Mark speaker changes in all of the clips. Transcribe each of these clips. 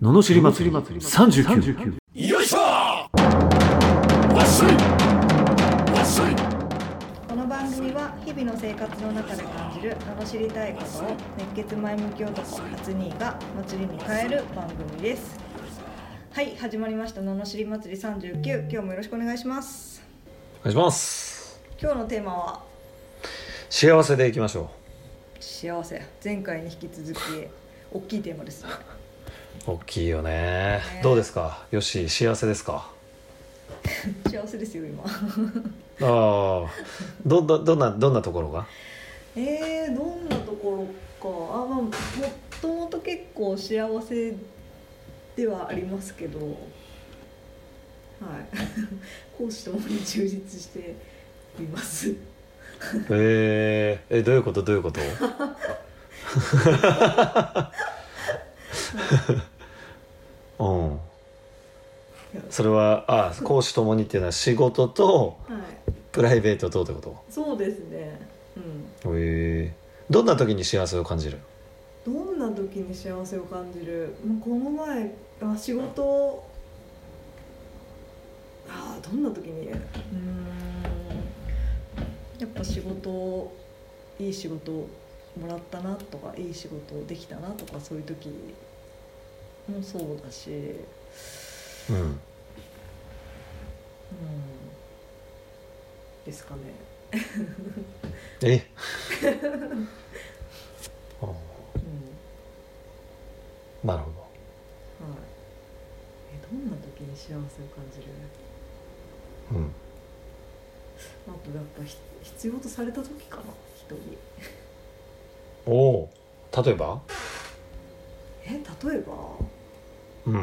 Speaker 1: ののしり祭り39
Speaker 2: よいしょわっしょいわっしょい
Speaker 3: この番組は日々の生活の中で感じる楽しりたいことを熱血前向き男初兄が祭りに変える番組ですはい始まりました「ののしり祭り39」今日もよろしくお願いします
Speaker 4: お願いします
Speaker 3: 今日のテーマは
Speaker 4: 幸せでいきましょ
Speaker 3: 幸せ前回に引き続き大きいテーマですね
Speaker 4: う大きいよね
Speaker 3: ね
Speaker 4: どうですかよし幸せですか
Speaker 3: 幸せですよ今
Speaker 4: ああどどどんなどんなところが
Speaker 3: えー、どんなところかあまあもともと結構幸せではありますけどはい 講師ともに充実しています
Speaker 4: えー、えどういうことどういうこと うんそれはあ講師ともにっていうのは仕事と
Speaker 3: はい
Speaker 4: プライベートとってこ
Speaker 3: そうですねうん
Speaker 4: とへえどんな時に幸せを感じる
Speaker 3: どんな時に幸せを感じるもうこの前あ仕事あーどんな時にうーんやっぱ仕事いい仕事もらったなとかいい仕事できたなとかそういう時もそうだし、うん、
Speaker 4: うん
Speaker 3: ですかね
Speaker 4: えうん
Speaker 3: うん
Speaker 4: なるほ
Speaker 3: はいえどんな時に幸せを感じる
Speaker 4: どうん
Speaker 3: あとやっぱひ必要とされた時かな人に
Speaker 4: おお例えば
Speaker 3: え例えばも
Speaker 4: うん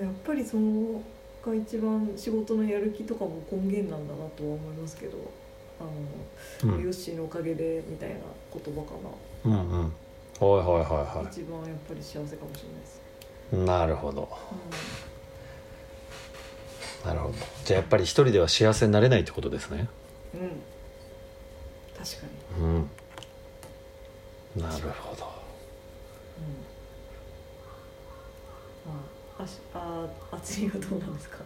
Speaker 3: うやっぱりそのが一番仕事のやる気とかも根源なんだなとは思いますけどあの、
Speaker 4: う
Speaker 3: ヨ
Speaker 4: ん
Speaker 3: ッシーのおかげでみたいな言葉かな、
Speaker 4: うんうんはいはいはいは
Speaker 3: 一番やっぱり幸せかもしれないです、
Speaker 4: いなるほど
Speaker 3: う
Speaker 4: なるほどじゃあやっぱり一人では幸せになれないってことですね
Speaker 3: ん、うん、確かに、
Speaker 4: うんなるほど
Speaker 3: うん、ああしああ厚みがどうなんですか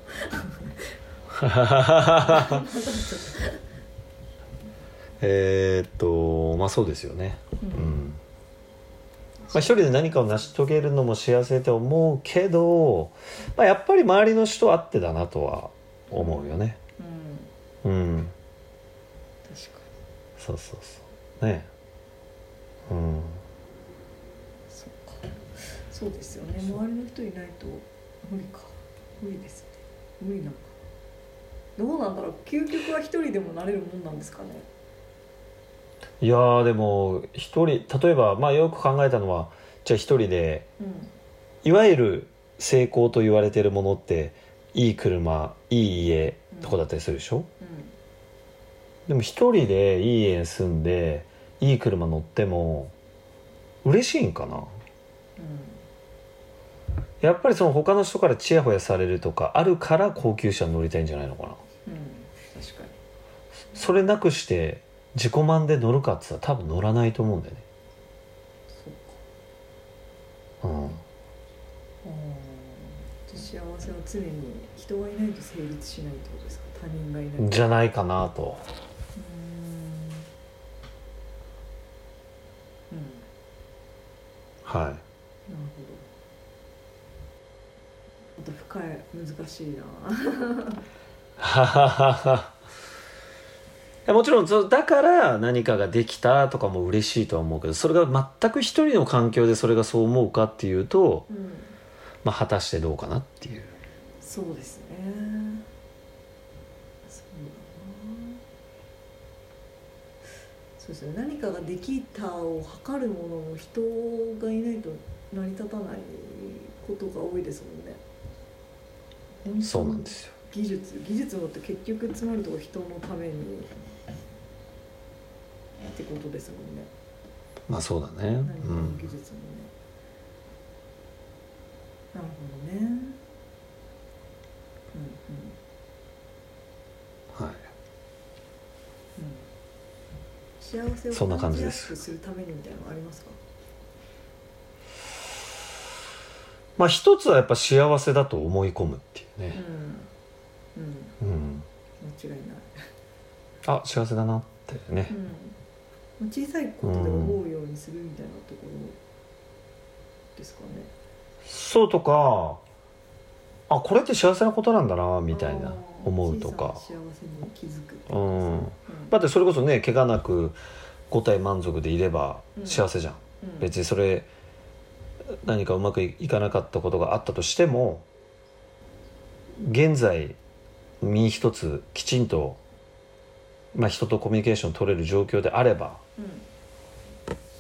Speaker 4: えーっとまあそうですよね
Speaker 3: う
Speaker 4: うんんまあ、一人で何かを成し遂げるのも幸せと思うけど、まあ、やっぱり周りの人あってだなとは思うよね
Speaker 3: うん、
Speaker 4: うん
Speaker 3: 確かに
Speaker 4: そうそうそうねうん
Speaker 3: そっかそうですよね周りの人いないと無理か無理ですね無理なのかどうなんだろう究極は一人でもなれるもんなんですかね
Speaker 4: いやーでも一人例えばまあよく考えたのはじゃあ一人で
Speaker 3: うん
Speaker 4: いわゆる成功と言われてるものっていい車いい家とかだったりするでしょ、でも一人でいい家に住んでいい車乗っても嬉しいんかな
Speaker 3: う
Speaker 4: やっぱりその他の人からチヤホヤされるとかあるから高級車に乗りたいんじゃないのかなん
Speaker 3: うんうん確かに
Speaker 4: それなくして自己満で乗るかっつったら多分乗らないと思うんだよね
Speaker 3: そっか
Speaker 4: うん
Speaker 3: あーじゃあ幸せは常に人がいないと成立しないってことですか他人がいないと
Speaker 4: じゃないかなと
Speaker 3: うーんうん
Speaker 4: は
Speaker 3: なるほどまた深い難しいない
Speaker 4: もちろんそうだから何かができたとかも嬉しいとは思うけどそれが全く一人の環境でそれがそう思うかっていうと、
Speaker 3: うん
Speaker 4: まあ、果たしてどうかなっていう
Speaker 3: そうですねそうだなそうですね何かができたを測るものの人がいないと成り立たないことが多いですもんね
Speaker 4: そうなんですよ
Speaker 3: 技術技術もって結局詰まるとこ人のためにってことですもんね
Speaker 4: まあそうだね
Speaker 3: 何か
Speaker 4: う
Speaker 3: の
Speaker 4: ん
Speaker 3: 技術もね、なるほどねうんうん
Speaker 4: はい
Speaker 3: 幸せを
Speaker 4: そんな感
Speaker 3: 感
Speaker 4: じ
Speaker 3: じ
Speaker 4: で
Speaker 3: や
Speaker 4: す
Speaker 3: すくするためにみたいなのありますか
Speaker 4: まあ一つはやっぱ幸せだと思い込むっていう
Speaker 3: う
Speaker 4: ね、
Speaker 3: んう
Speaker 4: う
Speaker 3: ん
Speaker 4: ん、
Speaker 3: 間違いない
Speaker 4: あ幸せだなってね、
Speaker 3: うん、小さいことで思うようにするみたいなところですかね、
Speaker 4: そうとかあこれって幸せなことなんだなみたい
Speaker 3: あ
Speaker 4: な
Speaker 3: ー
Speaker 4: 思うとか
Speaker 3: 小さな幸せに気づくって
Speaker 4: う
Speaker 3: ことですね
Speaker 4: んだってそれこそね怪我なく五体満足でいれば
Speaker 3: うん
Speaker 4: 幸せじゃん、
Speaker 3: うん
Speaker 4: 別にそれ何かうまくいかなかったことがあったとしても現在身一つきちんと、まあ、人とコミュニケーション取れる状況であれば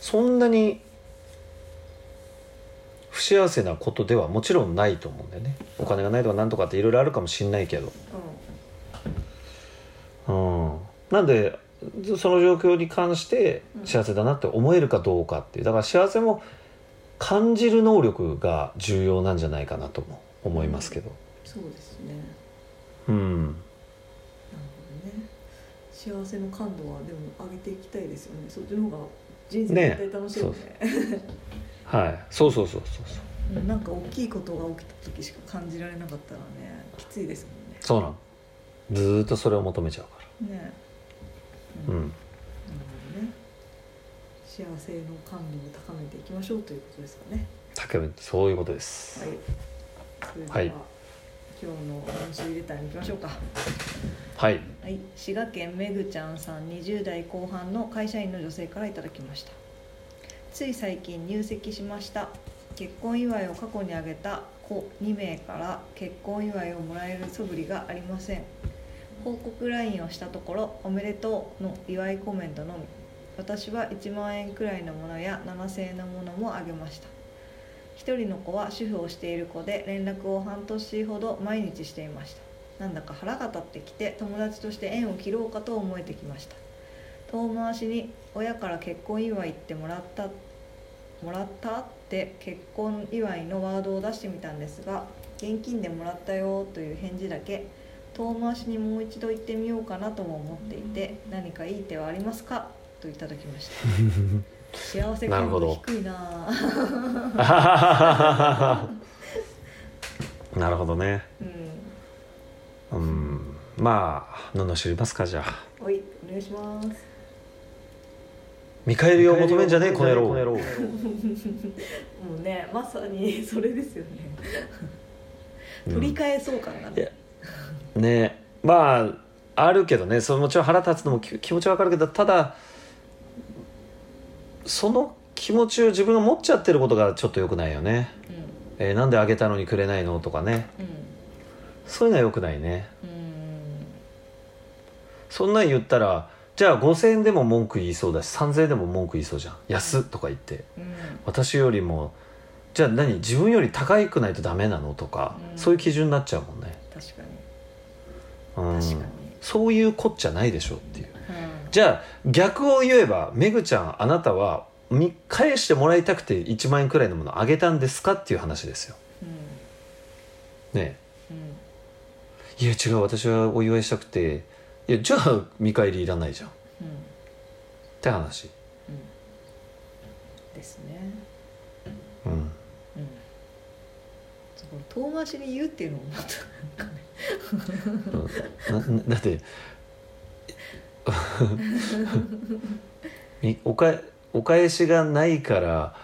Speaker 4: そんなに不幸せなことではもちろんないと思うんだよねお金がないとかなんとかっていろいろあるかもしんないけどうん、なんでそその状況に関して
Speaker 3: うん
Speaker 4: 幸せだなって思えるかどうかっていうだから幸せも感じる能力が重要なんじゃないかなとも思いますけど、
Speaker 3: そうですね
Speaker 4: うん、
Speaker 3: なるほどね幸せの感度はでも上げていきたいですよねそっちの方が人生絶対楽しいよね
Speaker 4: はいそうそうそうそうそう
Speaker 3: うんなんか大きいことが起きた時しか感じられなかったらねきついですも
Speaker 4: そうなのずーっとそれを求めちゃうか
Speaker 3: んねね
Speaker 4: ら、うん、
Speaker 3: なるほどね幸せの感度を高めていきましょうということですかね
Speaker 4: 竹部そういうことです、
Speaker 3: はいそれでは、
Speaker 4: はい
Speaker 3: 今日の練習レターに行きましょうか
Speaker 4: はい
Speaker 3: はい滋賀県めぐちゃんさん20代後半の会社員の女性からいただきましたつい最近入籍しました結婚祝いを過去に挙げた子2名から結婚祝いをもらえる素振りがありません報告 LINE をしたところ「おめでとう」の祝いコメントのみ私は1万円くらいのものや7000円のものもあげました一人の子は主婦をしている子で連絡を半年ほど毎日していましたなんだか腹が立ってきて友達として縁を切ろうかと思えてきました遠回しに親から結婚祝いってもらったもらったって結婚祝いのワードを出してみたんですが現金でもらったよという返事だけ遠回しにもう一度行ってみようかなとも思っていて何かいい手はありますかといただきました 幸せ
Speaker 4: なる
Speaker 3: 感
Speaker 4: ほ
Speaker 3: 度
Speaker 4: ど
Speaker 3: 低いなあ
Speaker 4: なるほどね
Speaker 3: う
Speaker 4: う
Speaker 3: ん、
Speaker 4: んまあ罵りますかじゃあ
Speaker 3: おい、お願いします。
Speaker 4: 見返りを求めんじゃねえこの野郎
Speaker 3: もうね、まさにそれですよね。
Speaker 4: うん
Speaker 3: 取り返そう感が
Speaker 4: い
Speaker 3: ね。
Speaker 4: やねまああるけどねそのもちろん腹立つのもき気持ちはわかるけどただその気持ちを自分が持っちゃってることがちょっと良くないよね、
Speaker 3: うん、
Speaker 4: えーなんであげたのにくれないのとかねそういうのは良くないね
Speaker 3: うん、うん、
Speaker 4: そんなん言ったらじゃあ5000円でも文句言いそうだし3000円でも文句言いそうじゃん安っとか言って
Speaker 3: うん、
Speaker 4: 私よりもじゃあ何自分より高くないとダメなのとか、
Speaker 3: うん
Speaker 4: そういう基準になっちゃうもんね、
Speaker 3: 確かに、
Speaker 4: うん、
Speaker 3: 確かに。
Speaker 4: そういうこっちゃないでしょっていう
Speaker 3: うん
Speaker 4: じゃあ逆を言えばめぐちゃんあなたは見返してもらいたくて1万円くらいのものあげたんですかっていう話ですよね
Speaker 3: うん、
Speaker 4: えいや違う私はお祝いしたくていやじゃあ見返りいらないじゃんっ
Speaker 3: うん、うん、
Speaker 4: て話
Speaker 3: ですね。
Speaker 4: うん
Speaker 3: うん。すごい遠回しに言うっていうのもまたなんかね。
Speaker 4: ななだって みおかえお返しがないから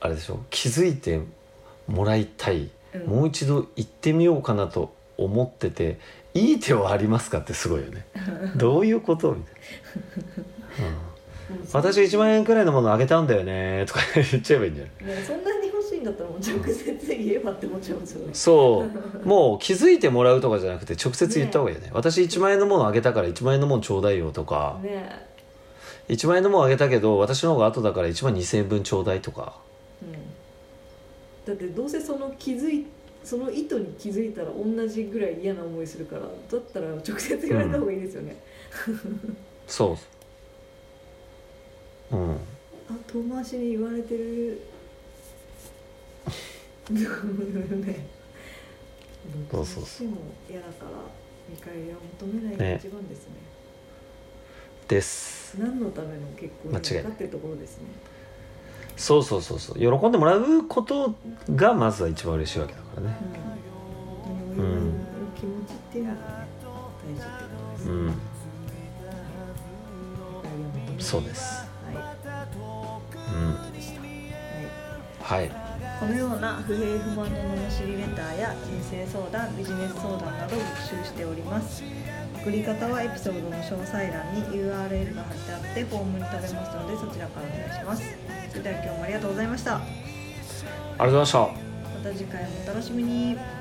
Speaker 4: あれでしょ気づいてもらいたい、
Speaker 3: うん
Speaker 4: もう一度行ってみようかなと思ってていい手はありますかってすごいよねどういうことみたいな、うん私1万円くらいのものあげたんだよねとか言っちゃえばいいんじゃない
Speaker 3: ね、そんなに欲しいんだったらもう直接言えばって思っちゃうんですよね。
Speaker 4: そうもう気づいてもらうとかじゃなくて直接言った方がいいよね私1万円のものあげたから1万円のものちょうだいよとか、
Speaker 3: ね、
Speaker 4: 1万円のもんあげたけど私の方が後だから1万2000円分ちょうだいとか
Speaker 3: うん、だってどうせその気づいその意図に気づいたら同じぐらい嫌な思いするからだったら直接言われた方がいいですよね、そう
Speaker 4: うん
Speaker 3: あ遠回しに言われてる なるほどね
Speaker 4: そうそうそう
Speaker 3: 私も嫌だから見返りは求めないが一番ですね
Speaker 4: です
Speaker 3: 何のための結婚なの
Speaker 4: 間違い
Speaker 3: か
Speaker 4: ない
Speaker 3: ってところですね
Speaker 4: そうそうそうそう喜んでもらうことがまずは一番嬉しいわけだからね
Speaker 3: うんでも今の気持ちっていうのがね大事ってことです
Speaker 4: う
Speaker 3: ね
Speaker 4: ん
Speaker 3: 大事なことです
Speaker 4: そうです
Speaker 3: はい
Speaker 4: うん
Speaker 3: でしたはい
Speaker 4: はい
Speaker 3: このような不平不満の罵りレターや人生相談ビジネス相談などを募集しております送り方はエピソードの詳細欄に URL が貼ってあってフォームに飛べますのでそちらからお願いしますそれでは今日もありがとうございましたま
Speaker 4: ありがとうございました
Speaker 3: た次回もお楽しみに